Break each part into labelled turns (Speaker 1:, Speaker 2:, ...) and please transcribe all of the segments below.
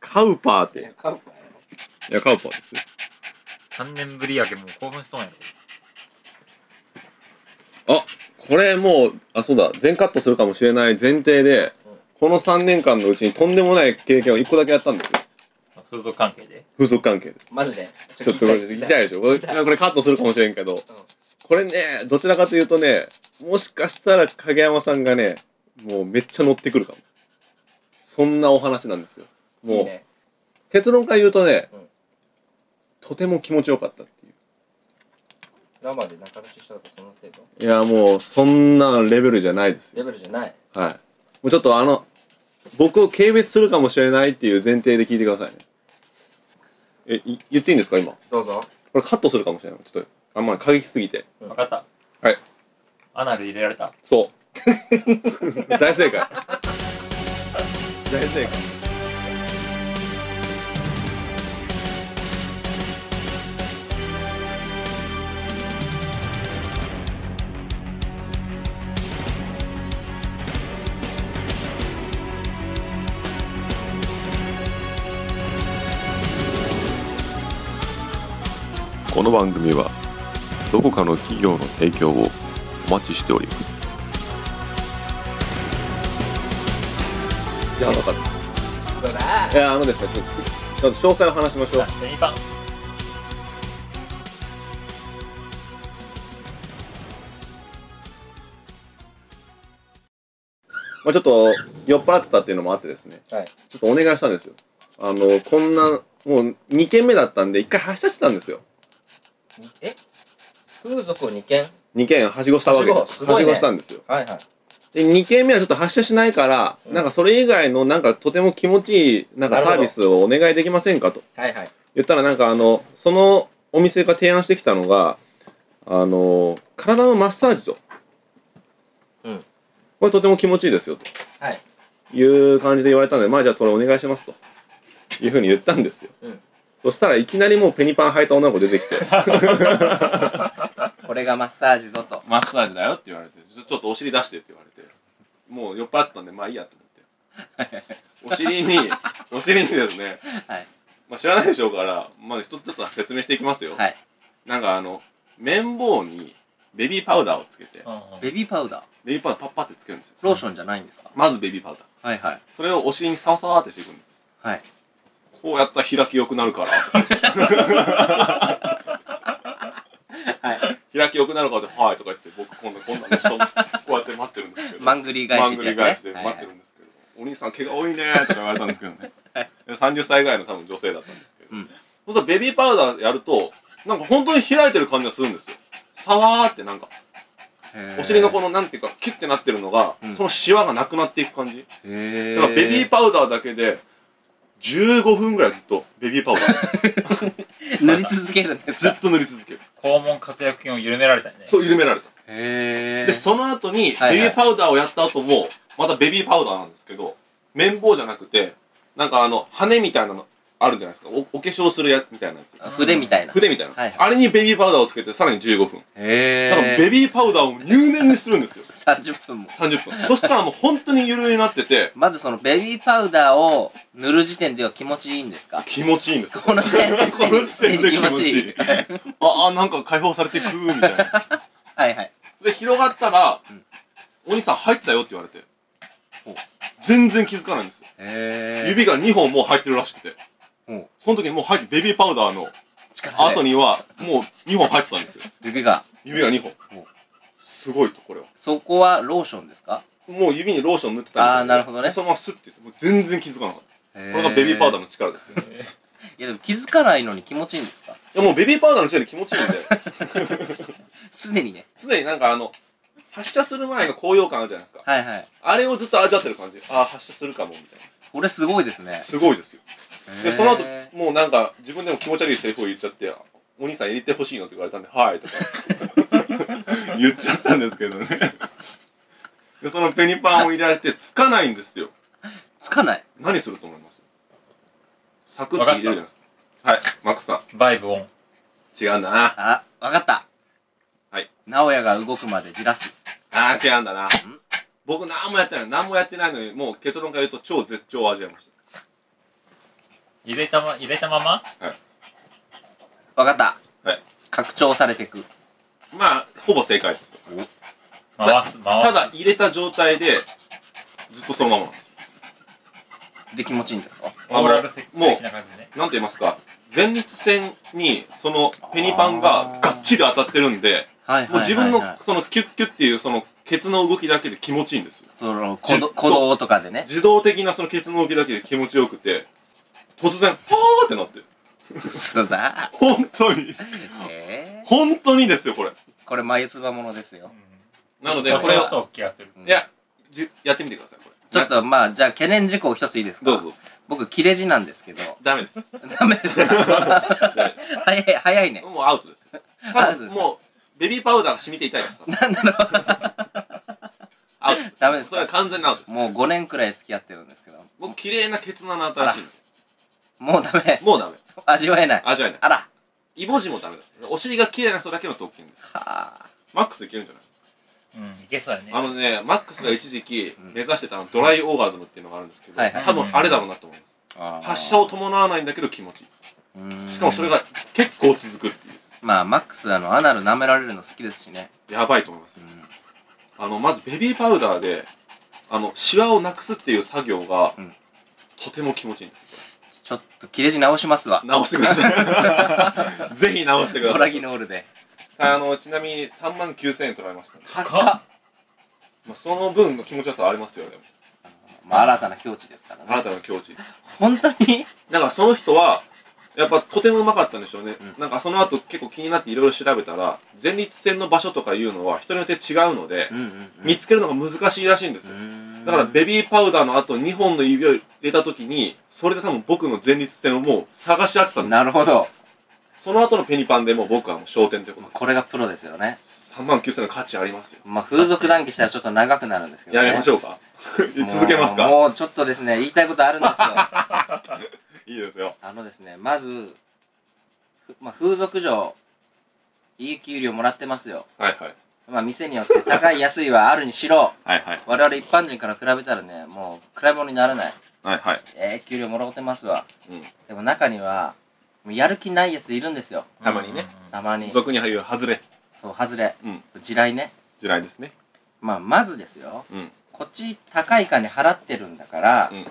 Speaker 1: カウパーって。
Speaker 2: カウパーやろ
Speaker 1: いや、カウパーですよ。
Speaker 3: 3年ぶりやけもう興奮しとんやろ
Speaker 1: これもう、あ、そうだ、全カットするかもしれない前提で、この3年間のうちにとんでもない経験を1個だけやったんですよ。
Speaker 3: あ風俗関係で
Speaker 1: 風俗関係で。
Speaker 2: マジで
Speaker 1: ちょっとこれ、聞きたいでしょこれこれカットするかもしれんけど、これね、どちらかというとね、もしかしたら影山さんがね、もうめっちゃ乗ってくるかも。そんなお話なんですよ。もう、
Speaker 2: いいね
Speaker 1: 結論から言うとね、
Speaker 2: うん
Speaker 1: とても気持ちよかったっていう。
Speaker 2: 生で仲良ししたとその程度
Speaker 1: いや、もう、そんなレベルじゃないですよ。
Speaker 2: レベルじゃない
Speaker 1: はい。もうちょっとあの、僕を軽蔑するかもしれないっていう前提で聞いてくださいね。え、い言っていいんですか今。こ
Speaker 2: どうぞ
Speaker 1: れカットするかもしれない。ちょっと、あんまり過激すぎて。
Speaker 3: 分かった
Speaker 1: はい
Speaker 3: アナル入れられた
Speaker 1: そう。 大正解。大正解。
Speaker 4: この番組はどこかの企業の提供をお待ちしております
Speaker 1: やばかった。
Speaker 2: どうだ
Speaker 1: いや、あのですね、ちょっと、ちょっと詳細を話しましょう
Speaker 3: あ。セミパン
Speaker 1: まあちょっと、酔っ払ってたっていうのもあってですね。
Speaker 2: はい
Speaker 1: ちょっとお願いしたんですよ。あの、こんな、もう2軒目だったんで、1回はしゃしてたんですよ。
Speaker 2: え風俗を2件
Speaker 1: 2軒はしごしたわけで
Speaker 2: は
Speaker 1: す。
Speaker 2: しごす
Speaker 1: は
Speaker 2: ごい
Speaker 1: し
Speaker 2: ね
Speaker 1: ごしたんですよ。
Speaker 2: はいはい
Speaker 1: で2軒目はちょっと発射しないから、
Speaker 2: うん
Speaker 1: なんかそれ以外のなんかとても気持ちいいなんかサ
Speaker 2: なるほど
Speaker 1: ービスをお願いできませんかと
Speaker 2: はいはい
Speaker 1: 言ったらなんかあのそのお店が提案してきたのがあの体のマッサージと、
Speaker 2: うん
Speaker 1: これとても気持ちいいですよと
Speaker 2: はい
Speaker 1: いう感じで言われたのでまあじゃあそれお願いしますというふうに言ったんですよ、
Speaker 2: うん
Speaker 1: そしたらいきなりもうペニパン履いた女の子出てきて
Speaker 2: これがマッサージぞと
Speaker 1: マッサージだよって言われてちょちょっとお尻出してって言われてもう酔っ払ってたんでまあいいやと思って お尻にお尻にですね、
Speaker 2: はい
Speaker 1: まあ、知らないでしょうから、まあ、一つずつ説明していきますよ、
Speaker 2: はい
Speaker 1: なんかあの綿棒にベビーパウダーをつけて
Speaker 2: ベビーパウダー
Speaker 1: ベビーパウダーパッパってつけるんですよ
Speaker 2: ローションじゃないんですか
Speaker 1: まずベビーパウダー
Speaker 2: はいはい
Speaker 1: それをお尻にサワサワってしていくんです
Speaker 2: はい
Speaker 1: こうやったら開き良くなるから
Speaker 2: はい
Speaker 1: 開き良くなるからで「はい」とか言って僕今度こんなの人こうやって待ってるんですけど
Speaker 2: マングリ返
Speaker 1: マ
Speaker 2: し
Speaker 1: ン
Speaker 2: って
Speaker 1: グ
Speaker 2: や
Speaker 1: リ
Speaker 2: つ
Speaker 1: 返し
Speaker 2: ね
Speaker 1: て
Speaker 2: は
Speaker 1: 待
Speaker 2: い
Speaker 1: ってるんですけど、お兄さん毛が多いねーとか言われたんですけどね。で30歳ぐらいの多分女性だったんですけど。
Speaker 2: うん
Speaker 1: そうするとベビーパウダーやると、なんか本当に開いてる感じがするんですよ。さわーってなんか、
Speaker 2: はい
Speaker 1: お尻のこのなんていうか、キュッてなってるのが、
Speaker 2: うん
Speaker 1: そのシワがなくなっていく感じ。
Speaker 2: へ
Speaker 1: だからベビーパウダーだけで、15分ぐらいずっとベビーパウダー
Speaker 2: 塗り続けるんです
Speaker 1: ず
Speaker 2: か
Speaker 1: っと塗り続ける。
Speaker 3: 肛門活躍筋を緩められたよね
Speaker 1: そう緩められた。
Speaker 2: へ
Speaker 1: で、その後に、
Speaker 2: はいはい
Speaker 1: ベビーパウダーをやった後も、またベビーパウダーなんですけど、綿棒じゃなくて、なんかあの、羽みたいなのあるじゃないですか。おお化粧するやみたいなやつ。
Speaker 2: 筆みたいな
Speaker 1: 筆みたいな、
Speaker 2: はいはい
Speaker 1: あれにベビーパウダーをつけて、さらに15分。だから
Speaker 2: へ。
Speaker 1: ベビーパウダーを入念にするんですよ
Speaker 2: 30分も
Speaker 1: 30分。そしたらもう本当にゆるになってて、
Speaker 2: まずそのベビーパウダーを塗る時点では気持ちいいんですか
Speaker 1: 気持ちいいんですよ。
Speaker 2: この時点ですで
Speaker 1: こ
Speaker 2: に
Speaker 1: の時点で気持ちいい
Speaker 2: 気持。
Speaker 1: ああ、なんか解放されてくみたい な。
Speaker 2: はいはい
Speaker 1: で、広がったら、お兄さん入ったよって言われて。全然気づかないんですよ。
Speaker 2: へ
Speaker 1: 指が2本もう入ってるらしくて。
Speaker 2: うん
Speaker 1: その時にもう入って、ベビーパウダーの
Speaker 2: 力
Speaker 1: 後
Speaker 2: で
Speaker 1: には、もう2本入ってたんですよ。
Speaker 2: 指が
Speaker 1: 指が2本
Speaker 2: うん。
Speaker 1: すごいと、これは。
Speaker 2: そこはローションですか
Speaker 1: もう指にローション塗ってたみたい
Speaker 2: あーなるほどね
Speaker 1: そのままスッて言って、もう全然気づかなかった。
Speaker 2: こ
Speaker 1: これがベビーパウダ
Speaker 2: ー
Speaker 1: ーの力ですよ。い
Speaker 2: いやでも気づかないのに気持ちいいんですか
Speaker 1: やもうベビーパウダーの時点で気持ちいいんで、
Speaker 2: すでにね
Speaker 1: 常になんかあの、発射する前の高揚感あるじゃないですか。
Speaker 2: はいはい
Speaker 1: あれをずっと味わってる感じ。ああ、発射するかも、みたい
Speaker 2: これすごいですね
Speaker 1: な。すごいですよ。で、その後
Speaker 2: へ、
Speaker 1: もうなんか、自分でも気持ち悪いセリフを言っちゃって、お兄さん入れてほしいのって言われたんで、はい、とか。 言っちゃったんですけどね。で、そのペニパンを入れられて、つかないんですよ。
Speaker 2: ーつかない
Speaker 1: 何すると思いますサクッて入れるじゃないですか。はい、マックスさ
Speaker 3: バイブオン
Speaker 1: ん。違うんだな。
Speaker 2: あわかった
Speaker 1: はい
Speaker 2: 直哉が動くまでじらす
Speaker 1: あー、違うんだな。僕、何もやってない。何もやってないのに、もう結論から言うと、超絶頂を味わいました。
Speaker 3: 入れたま、入れたまま
Speaker 2: わかった。
Speaker 1: はい。
Speaker 2: 拡張されていく。
Speaker 1: まあ、ほぼ正解です。
Speaker 3: 回す、回す。
Speaker 1: ただ、入れた状態で、ずっとそのままなんですよ。
Speaker 2: で気持ちいいんですか
Speaker 3: オーラルセックス
Speaker 1: もう
Speaker 3: 的な感じでね。
Speaker 1: なんて言いますか、前立腺に、そのペニパンががっちり当たってるんで、
Speaker 2: はいはいはい、はい。
Speaker 1: もう自分の、そのキュッキュッっていう、その、ケツの動きだけで気持ちいいんですよ。
Speaker 2: その、
Speaker 1: じゅ
Speaker 2: 鼓動鼓動とかでね。
Speaker 1: 自動的なそのケツの動きだけで気持ちよくて、突然、はーってなって。
Speaker 2: そう だ。
Speaker 1: 本当に。
Speaker 2: えー、
Speaker 1: 本当にですよ、これ。
Speaker 2: これ眉唾ものですよ。
Speaker 1: なので、
Speaker 3: うん
Speaker 1: これ
Speaker 3: ち
Speaker 1: を
Speaker 3: ょっ、と気がする。
Speaker 2: うん
Speaker 1: いや、じやってみてください、これ。
Speaker 2: ちょっとまあ、じゃあ懸念事項一ついいですか
Speaker 1: どうぞ。
Speaker 2: 僕、切れ字なんですけど。
Speaker 1: ダメ です。
Speaker 2: ダメですか早い、早いね。
Speaker 1: もうアウトです。
Speaker 2: ア
Speaker 1: た
Speaker 2: ウト
Speaker 1: だ、
Speaker 2: です
Speaker 1: もう、ベビーパウダーが染みて痛いですから。
Speaker 2: なんだろ
Speaker 1: アウト。
Speaker 2: ダメです
Speaker 1: それは
Speaker 2: か
Speaker 1: 完全なアウトです。
Speaker 2: もう5年くらい付き合ってるんですけど。
Speaker 1: 僕、綺麗なケツの穴新しいんで。
Speaker 2: もうダメ。
Speaker 1: もうダメ。
Speaker 2: 味わえない。
Speaker 1: 味わえない。
Speaker 2: あら。
Speaker 1: イボジもダメです。お尻が綺麗な人だけの特権です。
Speaker 2: は
Speaker 1: マックスいけるんじゃない
Speaker 3: うん、いけそうだね。
Speaker 1: あのね、マックスが一時期
Speaker 2: うん
Speaker 1: 目指してたあのドライオーガズムっていうのがあるんですけど、
Speaker 2: はいはい
Speaker 1: 多分あれだろうなと思います。
Speaker 2: あ。
Speaker 1: 発射を伴わないんだけど気持ちいい。しかもそれ
Speaker 2: が。
Speaker 1: が結構続くっていう。
Speaker 2: まあ、マックス、あの、アナル舐められるの好きですしね。
Speaker 1: やばいと思います
Speaker 2: う
Speaker 1: よ。
Speaker 2: ん
Speaker 1: あの、まずベビーパウダーで、あの、シワをなくすっていう作業が、
Speaker 2: うん
Speaker 1: とても気持ちいいんです。
Speaker 2: ちょっと切れ字直しますわ。
Speaker 1: 直してくださ い。ぜひ直してくだ
Speaker 2: ド
Speaker 1: さ
Speaker 2: ラ
Speaker 1: い
Speaker 2: ギ。ノールで。
Speaker 1: あの、ちなみに3万9000円取られました、ね。
Speaker 3: か
Speaker 1: まあ、その分の気持ちよさはありますよ、でも。
Speaker 2: まあ、新たな境地ですから
Speaker 1: あな
Speaker 2: ね。
Speaker 1: たの境地。
Speaker 2: 本当に
Speaker 1: だからその人は、やっぱとてもうまかったんでしょうね。
Speaker 2: うん
Speaker 1: なんかその後結構気になっていろいろ調べたら、前立腺の場所とかいうのは人によって違うので、
Speaker 2: んうん
Speaker 1: 見つけるのが難しいらしいんですよ。
Speaker 2: ん
Speaker 1: だからベビーパウダーの後2本の指を入れた時に、それで多分僕の前立腺をもう探し合ってたんです
Speaker 2: なるほど。
Speaker 1: その後のペニパンでもう僕はもう焦点ということで
Speaker 2: これがプロですよね。
Speaker 1: す。3万9000の価値ありますよ。
Speaker 2: まあ、風俗談義したらちょっと長くなるんですけど
Speaker 1: や
Speaker 2: ね。
Speaker 1: めましょうか続けます
Speaker 2: も
Speaker 1: か
Speaker 2: うもうちょっとですね、言いたいことあるんですよ。あ
Speaker 1: いいですよ。
Speaker 2: のですね、まず、ふまあ、風俗嬢、いい給料もらってますよ。
Speaker 1: はいはい。
Speaker 2: まあ、店によって高い安いはあるにしろ、
Speaker 1: はいはい。
Speaker 2: 我々一般人から比べたらね、もう、比べ物にならない。
Speaker 1: はいはい。
Speaker 2: ええ給料もらってますわ。
Speaker 1: うん。
Speaker 2: でも中には、もうやる気ないやついるんですよ。
Speaker 1: たまにね。
Speaker 2: たまに。
Speaker 1: 俗に入る外れ。
Speaker 2: そう、外れ。
Speaker 1: うん。
Speaker 2: 地雷ね。
Speaker 1: 地雷ですね。
Speaker 2: まあ、まずですよ。
Speaker 1: うん。
Speaker 2: こっち高い金払ってるんだから、
Speaker 1: うん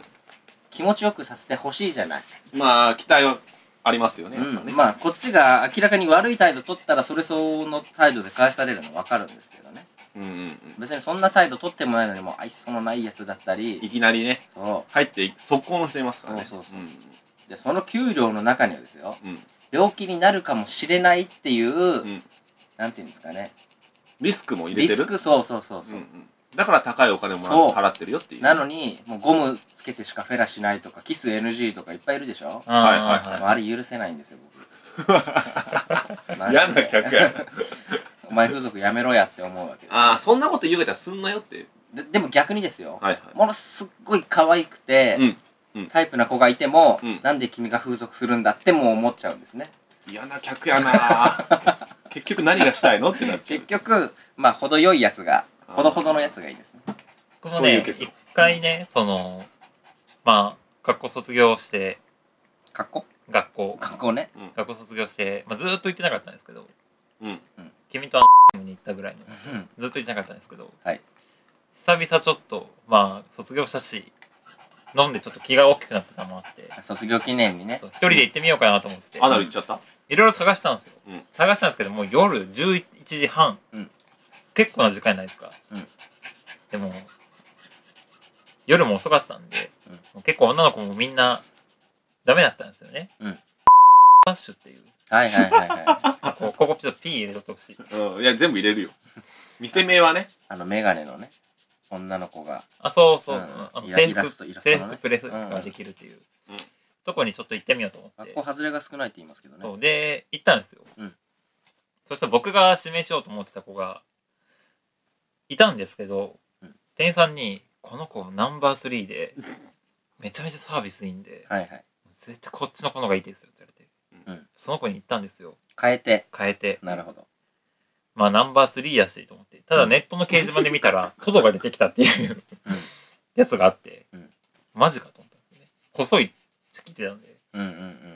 Speaker 2: 気持ちよくさせてほしいじゃない。
Speaker 1: まあ、期待はありますよね。やっぱ
Speaker 2: う
Speaker 1: ね
Speaker 2: ん、まあこっちが明らかに悪い態度取ったらそれ相応の態度で返されるの分かるんですけどね
Speaker 1: うんうんうん。
Speaker 2: 別にそんな態度取ってもないのにもう愛想のないやつだった
Speaker 1: い
Speaker 2: り
Speaker 1: きなりね、
Speaker 2: そ
Speaker 1: 入って速攻の人いますからね。
Speaker 2: そうそうそう
Speaker 1: う
Speaker 2: うでその給料の中にはですよ
Speaker 1: ん。うん。
Speaker 2: 病気になるかもしれないっていう、
Speaker 1: ん
Speaker 2: なんていうんですかね
Speaker 1: リスクも入れ
Speaker 2: リ
Speaker 1: てる。
Speaker 2: スクそうそうそう
Speaker 1: うん
Speaker 2: そうう、
Speaker 1: ん。だから高いお金もら
Speaker 2: そう
Speaker 1: 払ってるよっていう。
Speaker 2: なのにもうゴムつけてしかフェラしないとかキス NG とかいっぱいいるでしょ、
Speaker 3: うんうんうん
Speaker 1: はいはい
Speaker 2: もうあれ許せないんですよ僕マ ジで
Speaker 1: 嫌な客や。
Speaker 2: お前風俗やめろやって思うわけです
Speaker 1: ああ、そんなこと言うたらすんなよって。
Speaker 2: ででも逆にですよ、
Speaker 1: はいはい。
Speaker 2: ものすっごい可愛くて、
Speaker 1: うんうん
Speaker 2: タイプな子がいても、
Speaker 1: うん
Speaker 2: なんで君が風俗するんだってもう思っちゃうんですね
Speaker 1: 嫌な客やな 結局何がしたいのってなっちゃう
Speaker 2: 結。局まあ程よいやつが
Speaker 1: あー
Speaker 2: ほどほどのやつがいいですね
Speaker 3: 僕も
Speaker 1: そうい
Speaker 3: ね
Speaker 1: う、結論
Speaker 3: 一回ね、その、まあ、学校卒業して、
Speaker 2: かっこ
Speaker 3: 学校、
Speaker 2: かっこね
Speaker 3: 学校卒業して、まあ、ずーっと行ってなかったんですけど、
Speaker 1: うん。
Speaker 3: 君とあのに行ったぐらいの、
Speaker 2: うん
Speaker 3: ずっと行ってなかったんですけど、
Speaker 2: はい
Speaker 3: 久々ちょっと、まあ、卒業したし、飲んでちょっと気が大きくなってたのもあって、
Speaker 2: 卒業記念にね
Speaker 3: そう一人で行ってみようかなと思って、
Speaker 1: アナル行っちゃった
Speaker 3: いろいろ探したんですよ、
Speaker 1: うん
Speaker 3: 探したんですけどもう夜11時半、
Speaker 2: うん
Speaker 3: 結構な時間じゃないですか、
Speaker 2: うん
Speaker 3: でも夜も遅かったんで、
Speaker 2: うん
Speaker 3: もう結構女の子もみんなダメだったんですよね、
Speaker 2: うん
Speaker 3: パッシュっていう
Speaker 2: はいはいはい はい
Speaker 3: こここちょっと P 入れとってほしい
Speaker 1: うん。いや、全部入れるよ。店名はね。
Speaker 2: あのメガネのね女の子が
Speaker 3: あそうそう、
Speaker 2: うん
Speaker 3: あの
Speaker 2: イラ
Speaker 3: 制
Speaker 2: イラ
Speaker 3: 服
Speaker 2: ストイラストの
Speaker 3: 制
Speaker 2: ね
Speaker 3: 服プレスができるっていう、
Speaker 1: うん
Speaker 3: とこにちょっと行ってみようと思って
Speaker 2: 学校外れが少ないって言いますけどね
Speaker 3: そうで行ったんですよ、
Speaker 2: うん
Speaker 3: そしたら僕が指名しようと思ってた子がいたんですけど、
Speaker 2: うん
Speaker 3: 店員さんに「この子ナンバー3で めちゃめちゃサービスいいんで
Speaker 2: はいはい
Speaker 3: 絶対こっちの子の方がいいですよ」って言われて、
Speaker 2: うん
Speaker 3: その子に行ったんですよ
Speaker 2: 変えて
Speaker 3: 変えて
Speaker 2: なるほど
Speaker 3: まあナンバー3やしと思ってただネットの掲示板で見 たらトドが出てきたっていう
Speaker 2: うん
Speaker 3: やつがあって、
Speaker 2: うん
Speaker 3: マジかと思ったんですね細い切ってたんで
Speaker 2: うんう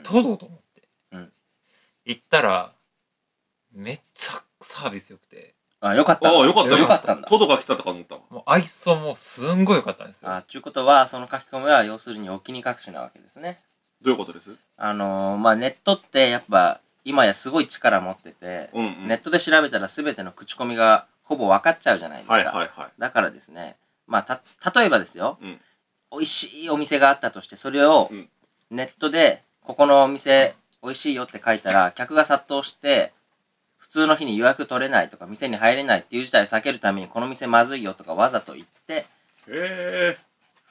Speaker 2: ん
Speaker 3: 取ろうと思って、
Speaker 2: うん
Speaker 3: 行ったらめっちゃサービス良くて
Speaker 2: うん。あ、よかった。
Speaker 1: ああ、よかった
Speaker 2: よかったんだ。
Speaker 1: トドが来たとか思ったわ。
Speaker 3: もう愛想もすんごい良かったんですよ
Speaker 2: あ、ちゅうことは、その書き込みは、要するにお気に隠しなわけですね。
Speaker 1: どういうことです
Speaker 2: あのー、まあ、ネットって、やっぱ、今やすごい力持ってて、
Speaker 1: うんうん。
Speaker 2: ネットで調べたら全ての口コミがほぼ分かっちゃうじゃないですか。
Speaker 1: はいはいはい。
Speaker 2: だからですね、まあ、た、例えばですよ、
Speaker 1: うん
Speaker 2: 美味しいお店があったとして、それを
Speaker 1: うん
Speaker 2: ネットで、ここのお店美味しいよって書いたら、客が殺到して、普通の日に予約取れないとか、店に入れないっていう事態を避けるために、この店まずいよとかわざと言って、
Speaker 1: ええ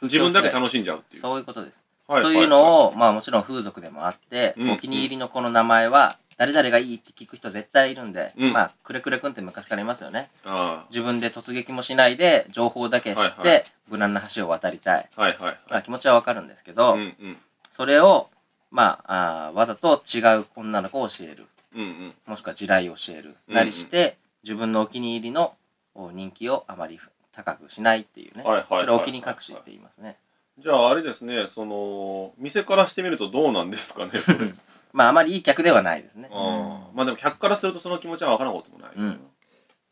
Speaker 1: 自分だけ楽しんじゃうっていう。
Speaker 2: そういうことです。
Speaker 1: は
Speaker 2: というの
Speaker 1: を。
Speaker 2: を、まあもちろん風俗でもあって、
Speaker 1: うん
Speaker 2: お気に入りのこの名前は、誰々がいいって聞く人絶対いるんで、
Speaker 1: うん
Speaker 2: まあ、くれくれくんって昔からいますよね。
Speaker 1: あ
Speaker 2: 自分で突撃もしないで、情報だけ知っ
Speaker 1: はいは
Speaker 2: て、無難な橋を渡りたい。
Speaker 1: あ、はいはい
Speaker 2: ま
Speaker 1: は
Speaker 2: あ
Speaker 1: い。
Speaker 2: 気持ちはわかるんですけど、
Speaker 1: うんうん。
Speaker 2: それを、まああーわざと違う女の子を教える。
Speaker 1: うんうん。
Speaker 2: もしくは地雷を教える。
Speaker 1: うん
Speaker 2: なりして、自分のお気に入りのお人気をあまり高くしないっていうね。
Speaker 1: はいはいはいはい
Speaker 2: それをお気に隠しって言いますね。
Speaker 1: じゃああれですね、その、店からしてみるとどうなんですかね、それ。
Speaker 2: まああまりいい客ではないですね。
Speaker 1: あーまあでも客からするとその気持ちは分からんこともない。
Speaker 2: うん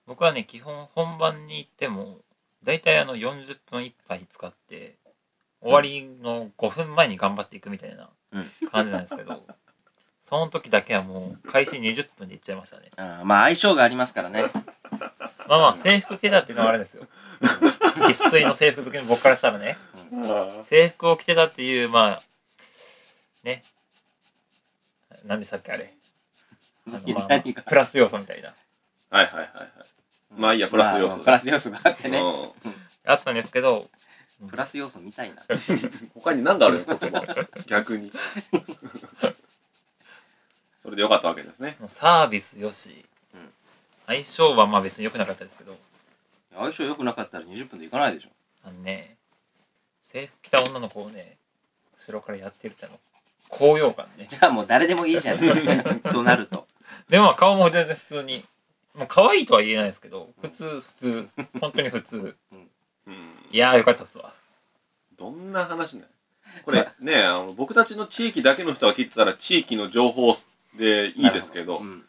Speaker 3: 僕はね基本本番に行っても大体あの40分いっぱい使って終わりの5分前に頑張っていくみたいな
Speaker 2: う
Speaker 3: 感じなんですけど、その時だけはもう開始20分で行っちゃいましたね
Speaker 2: あーまあ相性がありますからね。
Speaker 3: まあまあ制服着てたっていうのはあれですよ生粋の制服好きの僕からしたらね
Speaker 1: あ
Speaker 3: 制服を着てたっていうまあねなんでしたっけあれあのまあまあ
Speaker 2: 何が
Speaker 3: プラス要素みたいな
Speaker 1: あはいはいはいはい。まあいいやプラス要素
Speaker 2: まあプラス要素があってね。
Speaker 1: う
Speaker 3: あったんですけど
Speaker 2: プラス要素みたいな。
Speaker 1: ん他に何があるの言葉逆に。それでよかったわけですね。
Speaker 3: もうサービスよし、
Speaker 2: うん
Speaker 3: 相性はまあ別に良くなかったですけど
Speaker 2: 相性良くなかったら20分で行かないでしょ。
Speaker 3: あのね制服着た女の子をね後ろからやってるってあの高揚感ね
Speaker 2: じゃあもう誰でもいいじゃん。となると。
Speaker 3: でもまあ顔も全然普通にもう可愛いとは言えないですけど普通普通本当に普通
Speaker 1: うん
Speaker 3: いやーよかったっすわ
Speaker 1: どんな話なんこれねあの僕たちの地域だけの人が聞いてたら地域の情報でいいですけど
Speaker 2: なるほうん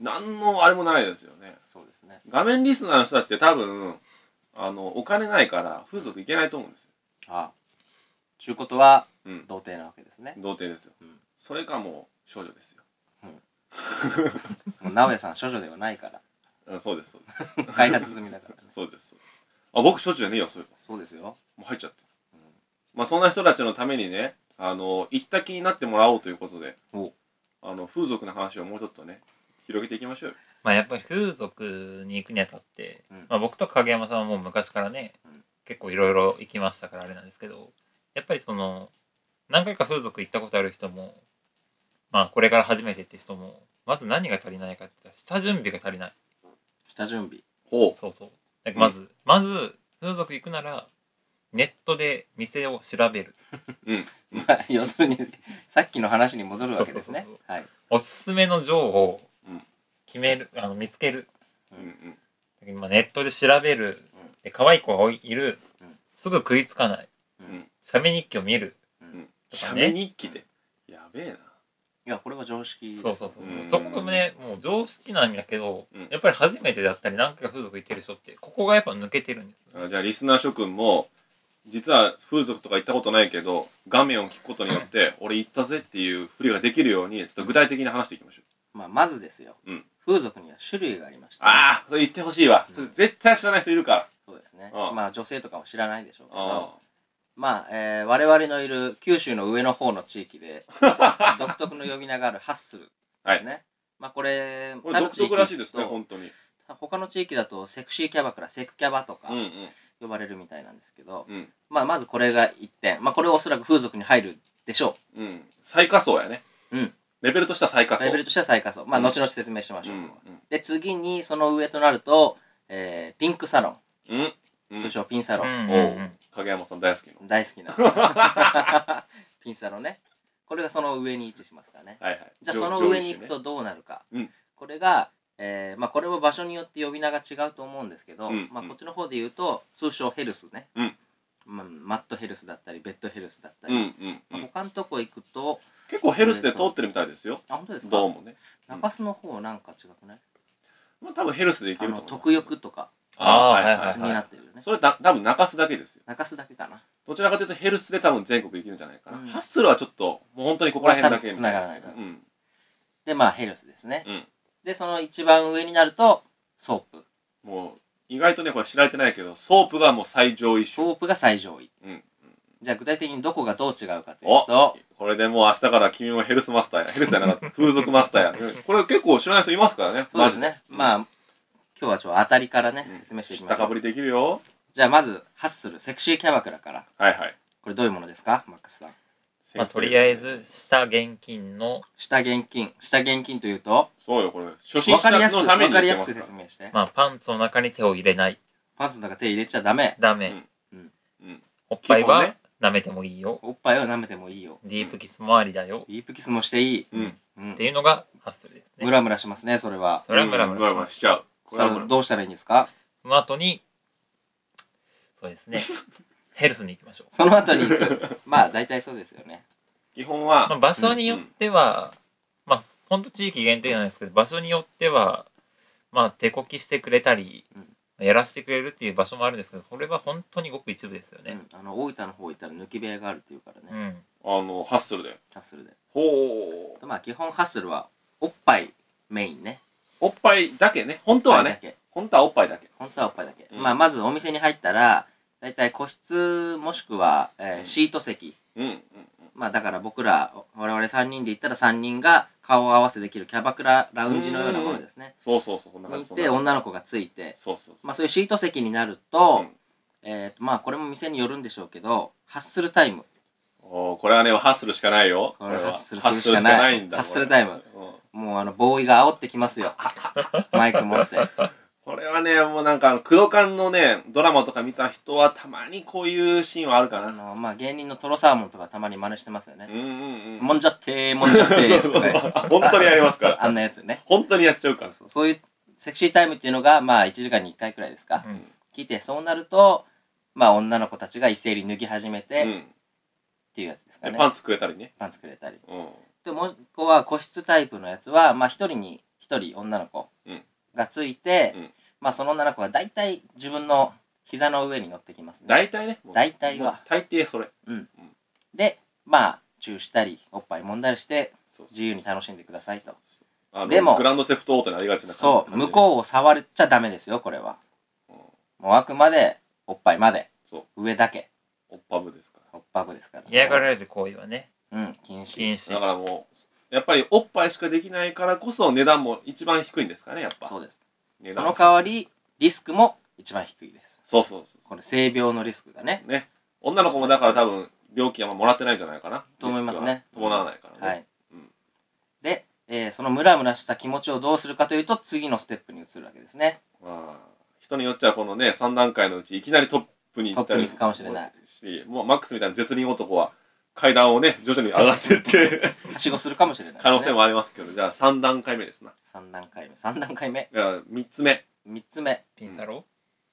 Speaker 1: 何のあれもないですよね
Speaker 2: そうですね。
Speaker 1: 画面リスナーの人たちって多分あのお金ないから風俗行けないと思うんですよ、
Speaker 2: ああ。ちゅうことは
Speaker 1: うん、
Speaker 2: 童貞なわけですね。
Speaker 1: 童貞ですよ、
Speaker 2: うん
Speaker 1: それかもう少女ですよ
Speaker 2: もう直哉さん処女ではないから。
Speaker 1: うんそうですそうです
Speaker 2: 開発済みだから。
Speaker 1: そうですそうですあ僕少女じゃねえよそれ
Speaker 2: そうですよ。
Speaker 1: もう入っちゃって
Speaker 2: うん
Speaker 1: まあそんな人たちのためにねあの行った気になってもらおうということで
Speaker 2: お
Speaker 1: あの風俗の話をもうちょっとね広げていきましょうよ
Speaker 3: まあやっぱり風俗に行くにあたって、
Speaker 2: うん
Speaker 3: まあ、僕と影山さんはもう昔からね、
Speaker 2: うん
Speaker 3: 結構いろいろ行きましたからあれなんですけどやっぱりその何回か風俗行ったことある人もまあこれから初めてって人もまず何が足りないかって言ったら下準備が足りない
Speaker 2: 下準備。
Speaker 1: ほ
Speaker 3: そうそうなんかまず、まず風俗行くならネットで店を調べる
Speaker 2: まあ要するにさっきの話に戻るわけですね
Speaker 3: そうそう。
Speaker 2: はい。
Speaker 3: おすすめの像を
Speaker 1: うん
Speaker 3: 決める、あの見つける
Speaker 1: う、うんうん、
Speaker 3: まあネットで調べる
Speaker 2: うん
Speaker 3: で可愛い子がいる
Speaker 2: うん
Speaker 3: すぐ食いつかない
Speaker 2: うん
Speaker 3: 写メ日記を見る
Speaker 2: うん
Speaker 1: 写メ日記でやべえな、
Speaker 2: いやこれは常識。
Speaker 3: そうそうそう、
Speaker 1: うん
Speaker 3: そこがねもう常識なんだけど、
Speaker 1: うん
Speaker 3: やっぱり初めてだったり何回か風俗行ってる人ってここがやっぱ抜けてるんですよ
Speaker 1: あじゃあリスナー諸君も実は風俗とか行ったことないけど画面を聞くことによ って俺行ったぜっていうふりができるようにちょっと具体的に話していきましょう
Speaker 2: まあまずですよ
Speaker 1: うん。
Speaker 2: 風俗には種類がありました。
Speaker 1: ああそれ言ってほしいわそれ絶対知らない人いるから
Speaker 2: そうですね。
Speaker 1: ああ
Speaker 2: まあ女性とかも知らないでしょうけど
Speaker 1: あ、
Speaker 2: まあ、えー我々のいる九州の上の方の地域 で、独特の呼び名があるハッスルですね。まあこれ、
Speaker 1: あこれ独特らしいですね
Speaker 2: 他の地域
Speaker 1: 本当に
Speaker 2: と他の地域だとセクシーキャバクラ、セクキャバとか
Speaker 1: うん
Speaker 2: 呼ばれるみたいなんですけど、
Speaker 1: うんうん
Speaker 2: まあまずこれが1点。まあこれはおそらく風俗に入るでしょ
Speaker 1: うん最下層やね
Speaker 2: うん
Speaker 1: レベルとしては最下
Speaker 2: う。
Speaker 1: 層
Speaker 2: レベルとしては最下層。まあ
Speaker 1: うん
Speaker 2: 後々説明しまし
Speaker 1: う
Speaker 2: ょう。
Speaker 1: ん
Speaker 2: そこはで、次にその上となると、えーピンクサロ
Speaker 1: うんうんう
Speaker 2: ン、
Speaker 1: ん
Speaker 2: 通称ピンサロン。
Speaker 3: うん
Speaker 1: おう影山さん大好きの
Speaker 2: 大好きな ピンサロねこれがその上に位置しますからね
Speaker 1: はいはい
Speaker 2: じゃあ
Speaker 1: 上
Speaker 2: その
Speaker 1: 上
Speaker 2: 上
Speaker 1: 位
Speaker 2: に
Speaker 1: 誌
Speaker 2: 行く
Speaker 1: ね
Speaker 2: とどうなるか、
Speaker 1: うん
Speaker 2: これが、えーまあ、これは場所によって呼び名が違うと思うんですけど、
Speaker 1: うん
Speaker 2: まあ、
Speaker 1: うん
Speaker 2: こっちの方で言うと通称ヘルスね、
Speaker 1: うん
Speaker 2: まあ、マットヘルスだったりベッドヘルスだった
Speaker 1: う
Speaker 2: り、
Speaker 1: んうん
Speaker 2: ま
Speaker 1: う
Speaker 2: あ
Speaker 1: ん。
Speaker 2: 他のとこ行くと
Speaker 1: 結構ヘルスで通ってるみたいですよ。
Speaker 2: あ本当ですか
Speaker 1: どうもね。
Speaker 2: 中洲の方なんか違くない、
Speaker 1: まあ多分ヘルスでいけ
Speaker 2: あ
Speaker 1: ると
Speaker 2: の
Speaker 1: 思います。
Speaker 2: 特浴とか
Speaker 1: あー
Speaker 3: あー
Speaker 1: はいはい
Speaker 3: は
Speaker 1: はいい。
Speaker 2: になってるよね、
Speaker 1: それだ多分中洲だけですよ。
Speaker 2: 中洲だけかな
Speaker 1: どちらかというとヘルスで多分全国行けるんじゃないかな。
Speaker 2: うん
Speaker 1: ハッスルはちょっともう本当にここら辺だけみたい
Speaker 2: まあ多分繋がらない
Speaker 1: です
Speaker 2: から
Speaker 1: けど。うん。
Speaker 2: でまあヘルスですね、
Speaker 1: うん
Speaker 2: でその一番上になるとソープ
Speaker 1: もう意外とねこれ知られてないけどソープがもう最上位種。
Speaker 2: ソープが最上位
Speaker 1: うん。
Speaker 2: じゃあ具体的にどこがどう違うかという
Speaker 1: お
Speaker 2: と
Speaker 1: これでもう明日から君もヘルスマスターや。ヘルスじゃな かった。風俗マスターや。これ結構知らない人いますからね。
Speaker 2: そうですねま
Speaker 1: あ、
Speaker 2: あ今日はちょっと当たりからね
Speaker 1: うん
Speaker 2: 説明してい
Speaker 1: 知
Speaker 2: き
Speaker 1: っ
Speaker 2: ま
Speaker 1: た
Speaker 2: しょ
Speaker 1: か
Speaker 2: う、
Speaker 1: ぶりできるよ。
Speaker 2: じゃあまずハッスルセクシーキャバクラから
Speaker 1: はいはい。
Speaker 2: これどういうものですかマックスさん
Speaker 3: まあ、とりあえ。ず下現金の、
Speaker 2: 下現金下現金というと
Speaker 1: そうよ、これ。初心
Speaker 2: 分か
Speaker 1: 者
Speaker 2: りやすく
Speaker 1: のため
Speaker 2: 分
Speaker 1: に
Speaker 2: か
Speaker 1: 言っ
Speaker 2: り
Speaker 1: て
Speaker 2: や
Speaker 1: ますす
Speaker 2: く
Speaker 1: から
Speaker 2: 説。明して
Speaker 3: まあ、パンツの中に手を入れない
Speaker 2: パンツの中手入れちゃダメ
Speaker 3: ダメ、
Speaker 1: うん
Speaker 3: おっぱい
Speaker 1: 基本
Speaker 3: は
Speaker 1: ね
Speaker 3: 舐めてもいいよ、
Speaker 2: おっぱいを舐めてもいいよ
Speaker 3: ディープキスもありだよ、
Speaker 2: ディープキスもしていい、
Speaker 1: うん。
Speaker 2: うん
Speaker 3: っていうのがハッスルです
Speaker 2: ム
Speaker 3: ね
Speaker 2: ラムラしますねそれは
Speaker 3: それはムラムラし
Speaker 1: ム
Speaker 3: ま
Speaker 1: ラ
Speaker 3: す
Speaker 1: しちゃう。こ
Speaker 2: そ
Speaker 1: れ
Speaker 2: れ
Speaker 1: はムラム
Speaker 2: は
Speaker 1: ラ
Speaker 2: どうしたらいいんですか
Speaker 3: その後にそうで すねヘルスに行きましょう
Speaker 2: その後に行くまあ大体そうですよね
Speaker 1: 基本
Speaker 3: まあ、
Speaker 1: は、
Speaker 3: 場所によっては、まあほんと地域限定なんですけど場所によってはまあ手こきしてくれたり、やらせてくれるっていう場所もあるんですけどこれは本当にごく一部ですよね。
Speaker 2: うんあの大分の方行ったら抜き部屋があるっていうからね、
Speaker 3: うん
Speaker 1: あの、ハッスルで。
Speaker 2: ハッスルで
Speaker 1: ほう。
Speaker 2: まあ基本ハッスルはおっぱいメインね
Speaker 1: おっぱいだけね。本当は
Speaker 2: おっ
Speaker 1: ね。
Speaker 2: ぱいだけ
Speaker 1: 本当はおっぱいだけ。
Speaker 2: 本当はおっぱいだけ、
Speaker 1: うん
Speaker 2: まあまずお店に入ったら大体個室もしくは、えー
Speaker 1: うん
Speaker 2: シート席
Speaker 1: うん。うん
Speaker 2: まあだから僕ら我々3人で行ったら3人が顔を合わせできるキャバクララウンジのようなものですね
Speaker 1: そうそうそう、そんな感
Speaker 2: にい
Speaker 1: じ。そん
Speaker 2: て
Speaker 1: な感じ
Speaker 2: 女の子がついて
Speaker 1: そうそうそう。
Speaker 2: まあそういうシート席になる
Speaker 1: う
Speaker 2: と、
Speaker 1: ん
Speaker 2: えーとまあこれも店によるんでしょうけどハッスルタイム
Speaker 1: おーこれはね、ハッスルしかないよ。
Speaker 2: これ
Speaker 1: は
Speaker 2: ハッスル
Speaker 1: ハ
Speaker 2: す
Speaker 1: ッ
Speaker 2: る
Speaker 1: ス
Speaker 2: し
Speaker 1: ル
Speaker 2: か
Speaker 1: しかな
Speaker 2: ない
Speaker 1: いんだ。
Speaker 2: ハッスル
Speaker 1: これ
Speaker 2: タイム
Speaker 1: うん
Speaker 2: もうあのボーイが煽ってきます よマイク持って
Speaker 1: これはね、もうなんか、あの、工藤館のね、ドラマとか見た人は、たまにこういうシーンはあるか
Speaker 2: あ
Speaker 1: な。
Speaker 2: のまあ芸人のトロサーモンとかたまに真似してますよね
Speaker 1: うんうんうん。
Speaker 2: もんじゃってーもんじゃって
Speaker 1: そうそ
Speaker 2: ー
Speaker 1: う
Speaker 2: と
Speaker 1: そう
Speaker 2: か
Speaker 1: 本当にやりますから。
Speaker 2: あんなやつね
Speaker 1: 本当にやっちゃうから。
Speaker 2: そういうセクシータイムっていうのがまあ1時間に1回くらいですか、
Speaker 3: うん
Speaker 2: 来てそうなるとまあ女の子たちが一斉に脱ぎ始めて、
Speaker 1: う
Speaker 2: っ
Speaker 1: ん。
Speaker 2: ていうやつですか
Speaker 1: で
Speaker 2: ね
Speaker 1: パンツくれたりね。
Speaker 2: パンツくれたり
Speaker 1: うん。
Speaker 2: でもう一個は個室タイプのやつはまあ一人に一人女の子
Speaker 1: うん
Speaker 2: がついて、
Speaker 1: うん
Speaker 2: まあその女の子が大体自分の膝の上に乗ってきますね
Speaker 1: 大体ね。もう
Speaker 2: 大体は
Speaker 1: もう大抵それ。
Speaker 2: でまあチューしたりおっぱい揉んだりして
Speaker 1: そうそうそう
Speaker 2: 自由に楽しんでくださいと
Speaker 1: あの
Speaker 2: でも
Speaker 1: グランドセフトオートにありがちな
Speaker 2: そう向こうを触っちゃダメですよこれは
Speaker 1: う、うん
Speaker 2: もうあくまでおっぱいまで
Speaker 1: そう
Speaker 2: 上だけ
Speaker 1: オッパブですか
Speaker 2: おっぱぶですから、
Speaker 3: 嫌がられる行為はね
Speaker 2: うん禁止
Speaker 3: 禁
Speaker 1: らだ
Speaker 3: 止
Speaker 1: からもうやっぱりおっぱいしかできないからこそ値段も一番低いんですかねやっぱ
Speaker 2: そうです
Speaker 1: 値
Speaker 2: そ
Speaker 1: 段
Speaker 2: の代わりリスクも一番低いです
Speaker 1: そうそうそう
Speaker 2: これ性病のリスクがね
Speaker 1: ね女の子もだから多分病気はあんまもらってないんじゃないかな
Speaker 2: と思いますね
Speaker 1: リスクは伴わないからね、
Speaker 2: はい、
Speaker 1: うん
Speaker 2: で、えーそのムラムラした気持ちをどうするかというと次のステップに移るわけですね
Speaker 1: まあ、人によっちゃこのね3段階のうちいきなりトップに行ったり
Speaker 2: トップに行くかもしれない
Speaker 1: しもうマックスみたいな絶倫男は階段をね徐々に上がってい って
Speaker 2: はしごするかもしれないです、ね、
Speaker 1: 可能性もありますけど、じゃあ3段階目ですな
Speaker 2: 3段階目3段階目
Speaker 1: じゃあ3つ目
Speaker 2: 3つ目
Speaker 3: ピンサロ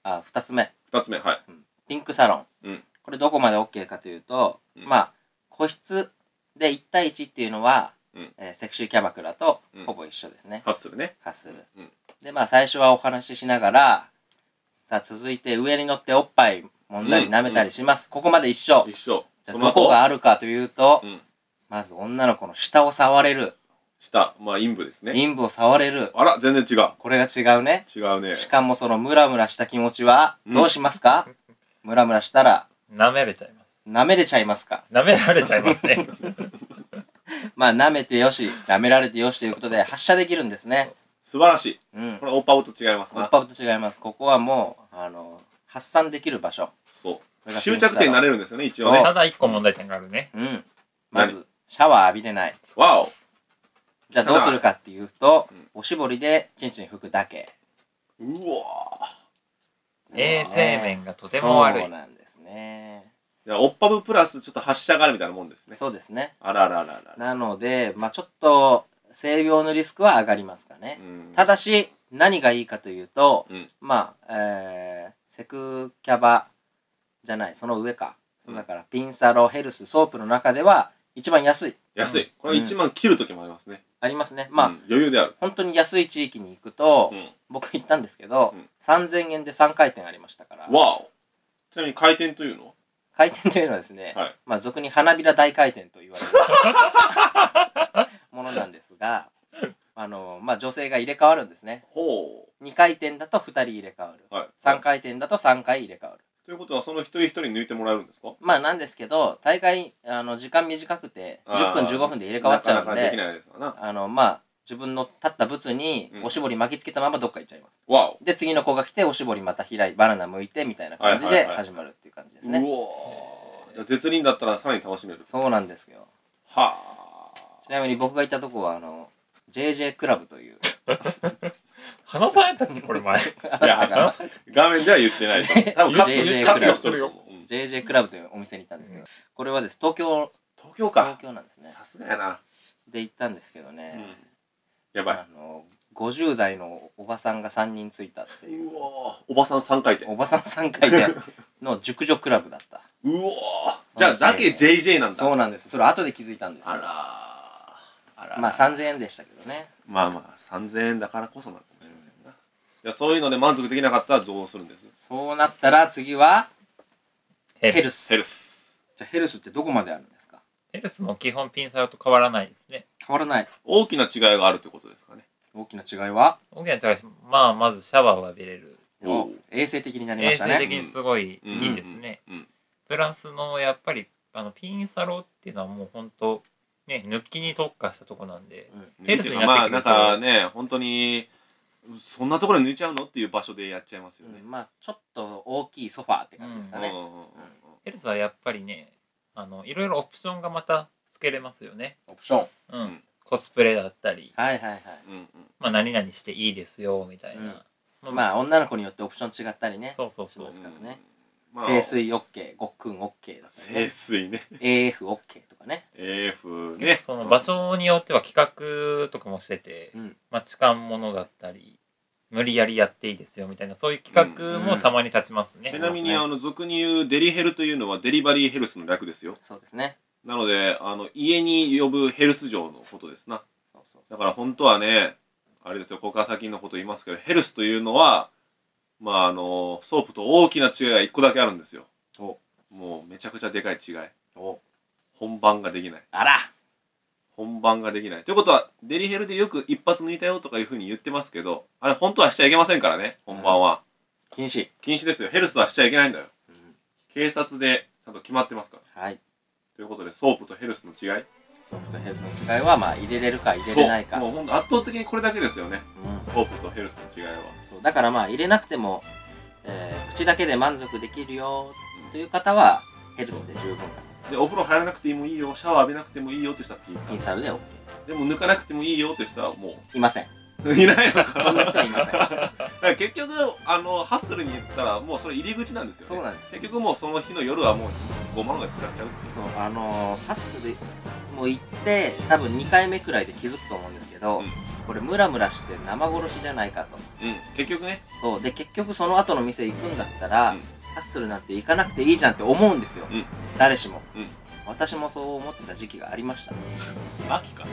Speaker 2: あ2つ目
Speaker 1: 2つ目はい
Speaker 2: ピンクサロン、
Speaker 1: うん
Speaker 2: これどこまで OK かというと、
Speaker 1: うん
Speaker 2: まあ個室で1対1っていうのは、
Speaker 1: うん
Speaker 2: えーセクシーキャバクラと
Speaker 1: うん
Speaker 2: ほぼ一緒ですね、
Speaker 1: ハッスルね
Speaker 2: ハッスル、
Speaker 1: うん
Speaker 2: でまあ最初はお話ししながらさあ続いて上に乗っておっぱい揉んだり
Speaker 1: うん
Speaker 2: 舐めたりします、ここまで一緒
Speaker 1: 一緒
Speaker 2: じ
Speaker 1: そ
Speaker 2: ゃあ
Speaker 1: の
Speaker 2: ど
Speaker 1: 後
Speaker 2: こがあるかというと、
Speaker 1: うん
Speaker 2: まず女の子の下を触れる
Speaker 1: 下まあ陰部ですね
Speaker 2: 陰部を触れる
Speaker 1: あら全然違う
Speaker 2: これが違うね
Speaker 1: 違うね
Speaker 2: しかもそのムラムラした気持ちはどうしますか、ムラムラしたら
Speaker 3: 舐めれちゃいます
Speaker 2: 舐めれちゃいますか
Speaker 3: 舐められちゃいま すね
Speaker 2: まあ舐めてよし舐められてよしということで発射できるんですね
Speaker 1: 素晴らしい
Speaker 2: うん
Speaker 1: これオッパブと違います
Speaker 2: オッ
Speaker 1: な
Speaker 2: パブと違いますここはもうあの発散できる場所
Speaker 1: そう
Speaker 2: れが
Speaker 1: 終着点になれるんですよね一応
Speaker 2: そう
Speaker 1: ね
Speaker 3: ただ一個問題点があるね
Speaker 2: うんまずシャワー浴びれない
Speaker 1: わお
Speaker 2: じゃあどうするかっていうと
Speaker 1: うん
Speaker 2: おしぼりでチンチン拭くだけ
Speaker 1: うわ
Speaker 3: 衛
Speaker 2: ですね
Speaker 3: 生面がとても悪い
Speaker 2: そうなんですね
Speaker 1: じゃあオッパブプラスちょっと発射があるみたいなもんですね
Speaker 2: そうですね
Speaker 1: あららららら
Speaker 2: なのでまあちょっと性病のリスクは上がりますかね
Speaker 1: うん
Speaker 2: ただし何がいいかというと
Speaker 1: うん
Speaker 2: まあえーセクキャバじゃない、その上か。そうだから、ピンサロ、ヘルス、ソープの中では、一番安い。
Speaker 1: 安い。これ1万切る時もありますね。
Speaker 2: ありますね。まあ、
Speaker 1: うん余裕である。
Speaker 2: 本当に安い地域に行くと、
Speaker 1: うん。
Speaker 2: 僕行ったんですけど、
Speaker 1: うん
Speaker 2: 3000円で3回転ありましたから、
Speaker 1: わお。ちなみに回転というのは
Speaker 2: 回転というのはですね、
Speaker 1: はい
Speaker 2: まあ俗に花びら大回転と言われる ものなんですが、あの、まあ女性が入れ替わるんですね。
Speaker 1: ほう。
Speaker 2: 2回転だと2人入れ替わる。
Speaker 1: はい。
Speaker 2: 3回転だと3回入れ替わる。
Speaker 1: ということは、その一人一人抜いてもらえるんですか
Speaker 2: まあなんですけど、大会、あの、時間短くて、
Speaker 1: あー
Speaker 2: 10分15分で入れ替わっちゃう
Speaker 1: なか
Speaker 2: ん
Speaker 1: なかでき
Speaker 2: で、
Speaker 1: ないですわな。
Speaker 2: あの、まあ、自分の立った仏に
Speaker 1: うん
Speaker 2: おしぼり巻きつけたままどっか行っちゃいます。
Speaker 1: わお。
Speaker 2: で、次の子が来て、おしぼりまた開い、バナナ剥いてみたいな感じ
Speaker 1: はいは
Speaker 2: で
Speaker 1: いはい
Speaker 2: 始まるっていう感じです
Speaker 1: う
Speaker 2: ね。
Speaker 1: おーじゃあ絶倫だったらさらに楽しめる。
Speaker 2: そうなんですよ。
Speaker 1: は
Speaker 2: ちなみに僕が行ったとこは、あの、JJ クラブという。
Speaker 3: 話されたっけこれ前
Speaker 1: あ。いや、画面では言ってないと思う。多分カッ
Speaker 2: JJ
Speaker 1: ト、カッ
Speaker 2: ク
Speaker 1: ト
Speaker 2: ラ
Speaker 1: が
Speaker 2: ブ
Speaker 1: してるよ。うん
Speaker 2: JJ クラブというお店に行ったんですけど、これはです、東京、
Speaker 1: 東京
Speaker 2: 東
Speaker 1: か。
Speaker 2: 京なんですね。
Speaker 1: さすがやな。
Speaker 2: で行ったんですけど
Speaker 1: うん
Speaker 2: ね、。
Speaker 1: やばい。
Speaker 2: あの、50代のおばさんが3人ついたっていうう、
Speaker 1: おーおばさん3回転。
Speaker 2: おばさん3回転の熟女クラブだった。
Speaker 1: うおーじゃあ、だけ JJ なんだ。
Speaker 2: そうなんです。それ後で気づいたんです
Speaker 1: あ
Speaker 2: よ
Speaker 1: らー。あらー
Speaker 2: まあ3000円でしたけどね。
Speaker 1: まあまあ3000円だからこそなのかもしれませんな、いやそういうので満足できなかったらどうするんです
Speaker 2: そうなったら次は、
Speaker 3: ヘ
Speaker 2: ヘルス。
Speaker 1: ヘルス
Speaker 2: じゃあヘルスってどこまであるんですか
Speaker 3: ヘルスも基本ピンサロと変わらないですね
Speaker 2: 変わらない。
Speaker 1: 大きな違いがあるということですかね
Speaker 2: 大きな違いは、
Speaker 3: 大きな違いですまあまずシャワーを浴びれる
Speaker 1: おう
Speaker 2: 衛生的になりま
Speaker 3: 衛
Speaker 2: した
Speaker 3: 生
Speaker 2: ね。
Speaker 3: 的にすごい
Speaker 1: うん
Speaker 3: いいですね、
Speaker 1: うん
Speaker 3: プラスのやっぱりあのピンサロっていうのはもう本当ね抜きに特化したとこなんで
Speaker 2: うん
Speaker 3: ヘルスに
Speaker 1: ま
Speaker 3: なっ
Speaker 1: あ
Speaker 3: てく
Speaker 1: なん
Speaker 3: ると
Speaker 1: かね本当にそんなところで抜いちゃうのっていう場所でやっちゃいますよね、
Speaker 2: うんまあちょっと大きいソファーって感じです
Speaker 1: う
Speaker 2: か
Speaker 1: ん
Speaker 2: ね。
Speaker 1: うんうん
Speaker 3: ヘルスはやっぱりねあのいろいろオプションがまたつけれますよね
Speaker 2: オプション。
Speaker 3: うん、
Speaker 1: うん
Speaker 3: コスプレだったり、
Speaker 2: はいはいはい。
Speaker 1: うんうん
Speaker 3: まあ、何々していいですよみたいな、
Speaker 2: まあ女の子によってオプション違ったりね。
Speaker 3: そうそう
Speaker 2: そ
Speaker 3: そうう
Speaker 2: ですからね
Speaker 1: まあ
Speaker 2: 清水 OK、ごっくん OK だった
Speaker 1: 清
Speaker 2: りね。
Speaker 1: 水ね
Speaker 2: AFOK とかね。
Speaker 1: AF ね
Speaker 3: その場所によっては企画とかもしてて、
Speaker 2: うん
Speaker 3: まあ、痴漢ものだったり無理やりやっていいですよみたいなそういう企画もたまに立ちますね、
Speaker 1: ちなみに
Speaker 2: ね
Speaker 1: あの俗に言うデリヘルというのはデリバリーヘルスの略ですよ
Speaker 2: そうですね。
Speaker 1: なのであの家に呼ぶヘルス嬢のことですな
Speaker 2: そうそうそ
Speaker 1: だ
Speaker 2: う
Speaker 1: から本当はね、あれですよ、ここから先のこと言いますけど、ヘルスというのは、まああの、ソープと大きな違いが一個だけあるんですよ。
Speaker 2: お
Speaker 1: もうめちゃくちゃでかい違い。
Speaker 2: お
Speaker 1: 本番ができない。
Speaker 2: あら
Speaker 1: 本番ができない。ということは、デリヘルでよく一発抜いたよとかいうふうに言ってますけど、あれ本当はしちゃいけませんからね、本番は。
Speaker 2: 禁止。
Speaker 1: 禁止ですよ。ヘルスはしちゃいけないんだよ。
Speaker 2: うん
Speaker 1: 警察でちゃんと決まってますから。
Speaker 2: はい。
Speaker 1: ということで、ソープとヘルスの違い。
Speaker 2: ソフトヘルスの違いはまあ入れれるか入れれないか。
Speaker 1: そうもう本当圧倒的にこれだけですよね。
Speaker 2: うん
Speaker 1: ソープとヘルスの違いは。
Speaker 2: そうだからまあ入れなくても、えー口だけで満足できるよ
Speaker 1: うん
Speaker 2: という方はヘルスで十分
Speaker 1: でお風呂入らなくてもいいよシャワー浴びなくてもいいよって人はピンサ
Speaker 2: イ
Speaker 1: ロ
Speaker 2: ンサルで OK
Speaker 1: でも抜かなくてもいいよって人はも
Speaker 2: いません
Speaker 1: う いないのか
Speaker 2: そんな人はいません
Speaker 1: だから結局あのハッスルに行ったらもうそれ入り口なんですよね
Speaker 2: そうなんです
Speaker 1: 結局もうその日の夜はもう5万が使っちゃう
Speaker 2: そうあのー、ハッスルも行って多分2回目くらいで気づくと思うんですけど、
Speaker 1: うん
Speaker 2: これムラムラして生殺しじゃないかと
Speaker 1: うん結局ね
Speaker 2: そうで結局その後の店行くんだったら、
Speaker 1: うん
Speaker 2: ハッスルなんて行かなくていいじゃんって思うんですよ、
Speaker 1: うん
Speaker 2: 誰しも、
Speaker 1: うん
Speaker 2: 私もそう思ってた時期がありました
Speaker 1: 秋か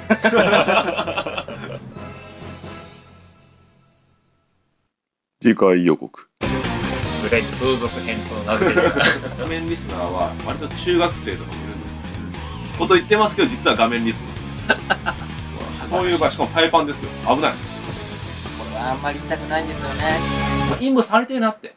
Speaker 4: 次回予告
Speaker 3: ブレイク風俗編となってる
Speaker 1: 画面リスナーは割と中学生とかもいるんですこと言ってますけど実は画面リス ナーそういう場しかもパイパンですよ危ない
Speaker 2: これはあんまり言いたくないんですよね
Speaker 1: 陰謀されてるなって